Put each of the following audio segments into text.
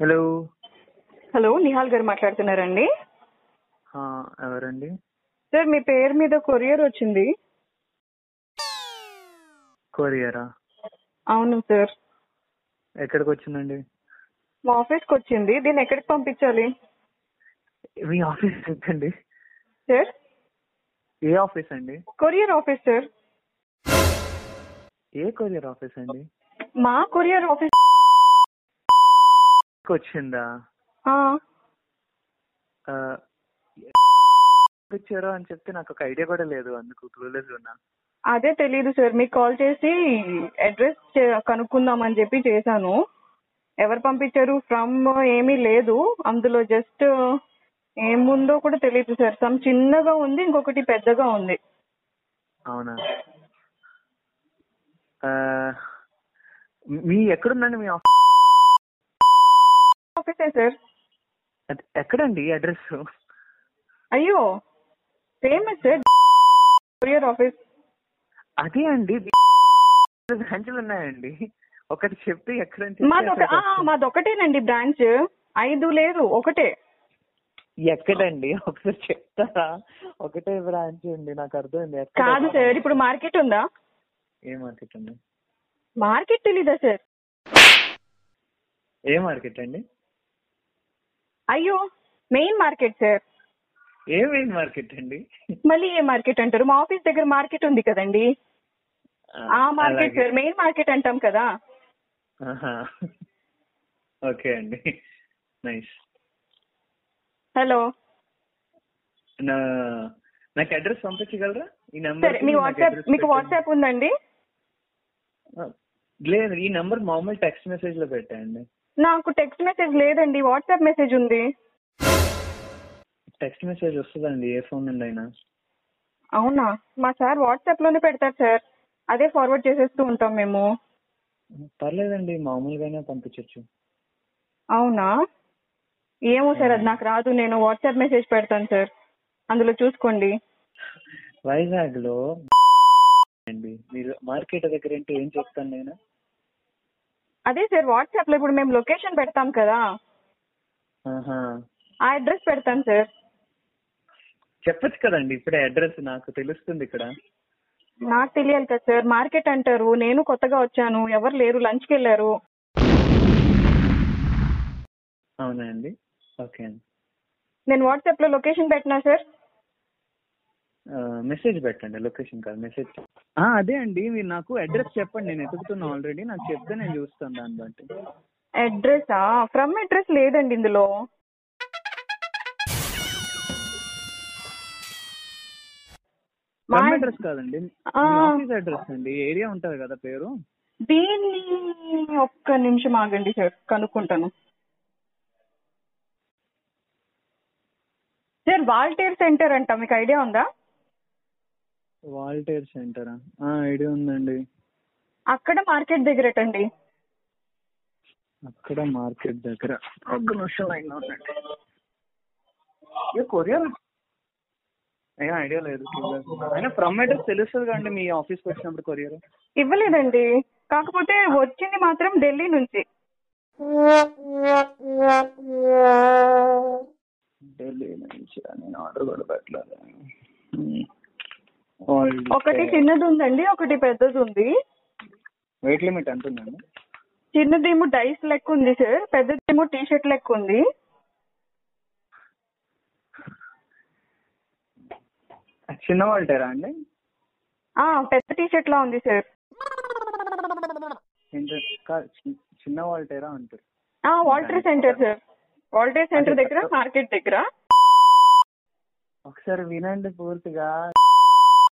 Hello hello Nihal గారు మాట్లాడుతున్నారండి ఆ, ఎవరండి సార్ మీ పేరు మీద కొరియర్ వచ్చింది కొరియరా అవును సార్ ఎక్కడికి వచ్చిందండి మా ఆఫీస్ కి వచ్చింది దీన్ని ఎక్కడికి పంపించాలి మీ ఆఫీస్ ఏంటండి సార్ ఏ ఆఫీస్ అండి కొరియర్ ఆఫీస్ సార్ ఏ కొరియర్ ఆఫీస్ అండి మా కొరియర్ ఆఫీస్ కి వచ్చిందా ఆ, ఆ, వచ్చారో అని చెప్తే నాకు ఒక ఐడియా కూడా లేదు అందుకు క్లూలెస్ ఉన్నా అదే తెలియదు సార్ మీకు కాల్ చేసి అడ్రస్ కనుక్కుందామని చెప్పి చేశాను ఎవరు పంపించారు ఫ్రమ్ ఏమీ లేదు అందులో జస్ట్ ఏముందో కూడా తెలియదు సార్ సమ్ చిన్నగా ఉంది ఇంకొకటి పెద్దగా ఉంది అవునా ఆ, మీ ఎక్కడుందండి మీ ఆఫీస్ ఆఫీసే సార్ అది ఎక్కడండి అడ్రస్ అయ్యో ఫేమస్ సార్ కొరియర్ ఆఫీస్ అదే అండి బ్రాంచ్లు ఉన్నాయండి ఒకటి చెప్తే ఎక్కడంటే మాదొక ఆ, మాదొకటేనండి బ్రాంచ్ ఐదు లేదు ఒకటే ఎక్కడండి ఒకసారి చెప్తారా ఒకటే బ్రాంచ్ అండి నాకు అర్థమైంది ఎక్కడ కాదు సార్ ఇప్పుడు మార్కెట్ ఉందా ఏ మార్కెట్ అండి మార్కెట్ తెలీదా సార్ ఏ మార్కెట్ అండి అయ్యో మెయిన్ మార్కెట్ సార్ ఏ మెయిన్ మార్కెట్ అండి మళ్ళీ ఏ మార్కెట్ అంటారు మా ఆఫీస్ దగ్గర మార్కెట్ ఉంది కదండి ఆ మార్కెట్ అలాగే. సార్ మెయిన్ మార్కెట్ అంటాం కదా ఆహా. ఓకే అండి నైస్ హలో నా నాకు అడ్రస్ పంపించగలరా ఈ నంబర్ సరే మీ వాట్సాప్ మీకు వాట్సాప్ ఉందండి లేదు ఈ నంబర్ మామూలు టెక్స్ట్ మెసేజ్ లో పెట్టండి నాకు టెక్స్ట్ మెసేజ్ లేదండి వాట్సాప్ మెసేజ్ ఉంది టెక్స్ట్ మెసేజ్ వస్తుందండి ఏ ఫోన్ నుండి అయినా అవునా మా సార్ వాట్సాప్ లోనే పెడతారు సార్ అదే ఫార్వర్డ్ చేసేస్తూ ఉంటాం మేము పర్లేదండి మామూలుగానే పంపించవచ్చు అవునా ఏమో సార్ అది నాకు రాదు నేను వాట్సాప్ మెసేజ్ పెడతాను సార్ అందులో చూసుకోండి వైజాగ్ లో అండి మీరు మార్కెట్ దగ్గర అంటే ఏం చెప్తాను నేను అదే సార్ వాట్సాప్ లో ఇప్పుడు మేము లొకేషన్ పెడతాం కదా ఆహా. ఆ అడ్రస్ పెడతాను సార్ చెప్పొచ్చు కదండి ఇప్పుడే అడ్రస్ నాకు తెలుస్తుంది ఇక్కడ నాకు తెలియాలి కదా సార్ మార్కెట్ అంటారు నేను కొత్తగా వచ్చాను ఎవరు లేరు లంచ్కి వెళ్ళారు అవునా అండి ఓకే అండి నేను వాట్సాప్ లో లొకేషన్ పెట్టినా సార్ మెసేజ్ పెట్టండి లొకేషన్ కాదు మెసేజ్ అదే అండి మీరు నాకు అడ్రస్ చెప్పండి నేను ఎదుగుతున్నా ఆల్రెడీ నాకు చెప్తే నేను చూస్తాను దాన్ని బట్టి అడ్రసా ఫ్రమ్ అడ్రస్ లేదండి ఇందులో మా- అడ్రస్ కాదండి ఆ. ఆఫీస్ అడ్రస్ అండి ఏరియా ఉంటది కదా పేరు దీన్ని ఒక్క నిమిషం ఆగండి సార్ కనుక్కుంటాను సార్ వాల్టేర్ సెంటర్ అంట మీకు ఐడియా ఉందా వాల్టేర్ సెంటరా ఐడియా ఉందండి అక్కడ మార్కెట్ దగ్గరటండి అక్కడ మార్కెట్ దగ్గర ఒక్క నిమిషం లైన్లో ఉండండి. ఏ కొరియర్ ఏం ఐడియా లేదు అయినా ఫ్రమ్ అడ్రస్ తెలుస్తుంది కదండి మీ ఆఫీస్కి వచ్చినప్పుడు కొరియర్ ఇవ్వలేదండి కాకపోతే వచ్చింది మాత్రం ఢిల్లీ నుంచి ఢిల్లీ నుంచి నేను ఆర్డర్ కూడా పెట్టలేదు Hmm. All ఒకటి day. చిన్నది ఉందండి ఒకటి పెద్దది ఉంది వెయిట్ లిమిట్ ఎంత ఉందండి చిన్నదేమో డైస్ లెక్క ఉంది సార్ పెద్దదేమో టీ షర్ట్ లెక్క ఉంది చిన్న వాల్టేరా అండి ఆ పెద్ద టీ షర్ట్ లా ఉంది సార్ ఏంటి- కాదు, చి- చిన్న వాల్టేరా అంటారు ఆ Waltair centre sir Waltair centre దగ్గర మార్కెట్ దగ్గర ఒకసారి వినండి పూర్తిగా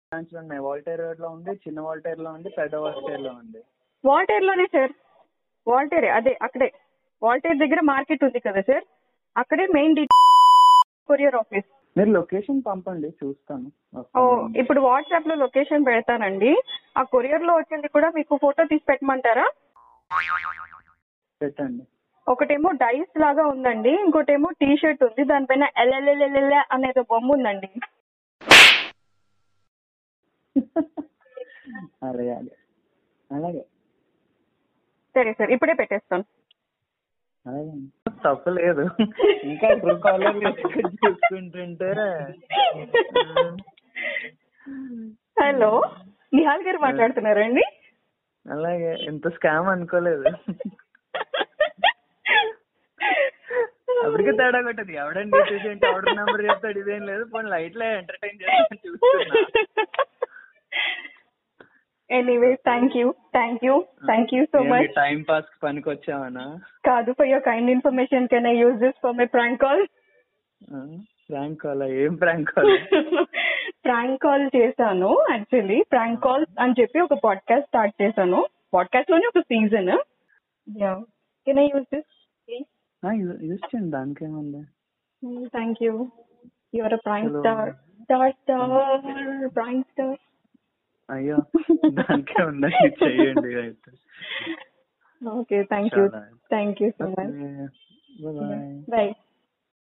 బ్రాంచ్లు ఉన్నాయి వాల్టేర్ రోడ్ లో ఉంది చిన్న వాల్టేర్ లో ఉంది పెద్ద వాల్టేర్ లో ఉంది వాల్టేర్ లోనే సార్ వాల్టేరే అదే అక్కడే వాల్టేర్ దగ్గర మార్కెట్ ఉంది కదా సార్ అక్కడే మెయిన్ డి కొరియర్ ఆఫీస్ మీరు లొకేషన్ పంపండి చూస్తాను ఓ, Hmm. ఇప్పుడు వాట్సాప్ లో లొకేషన్ పెడతానండి ఆ కొరియర్ లో వచ్చింది కూడా మీకు ఫోటో తీసి పెట్టమంటారా పెట్టండి ఒకటేమో డైస్ లాగా ఉందండి ఇంకోటేమో టీ షర్ట్ ఉంది దానిపైన ఎల్ఎల్ఎల్ఎల్ అనేది బొమ్మ ఉందండి అరే అదే అలాగే సరే సార్ ఇప్పుడే పెట్టేస్తాను తప్పలేదు ఇంకా ట్రూ కాలర్ చూసుకుంటుంటే హలో నిహాల్ గారు మాట్లాడుతున్నారండి అలాగే ఎంత స్కామ్ అనుకోలేదు అప్పటికే తేడా కొట్టదు ఎవడండి చూసేంటి ఎవడ నెంబర్ చెప్తాడు ఇదేం లేదు పోనీ లైట్లే ఎంటర్టైన్ చేస్తాను చూస్తున్నా anyway thank you thank you thank you so much time pass కి పనికి వచ్చావనా కాదు for your kind information can I use this for my prank call prank call ఏం ప్రాంక్ కాల్ ప్రాంక్ కాల్ చేశాను యాక్చువల్లీ ప్రాంక్ కాల్ అని చెప్పి ఒక podcast start చేశాను పాడ్కాస్ట్ లోనే ఒక season can I use this use చేయండి దానికేముంది thank you your prank Hello. Star star star prank star అయ్యో దానికే ఉందా ఇది చేయండి అయితే ఓకే థ్యాంక్ యూ చాలా. Thank you so much bye by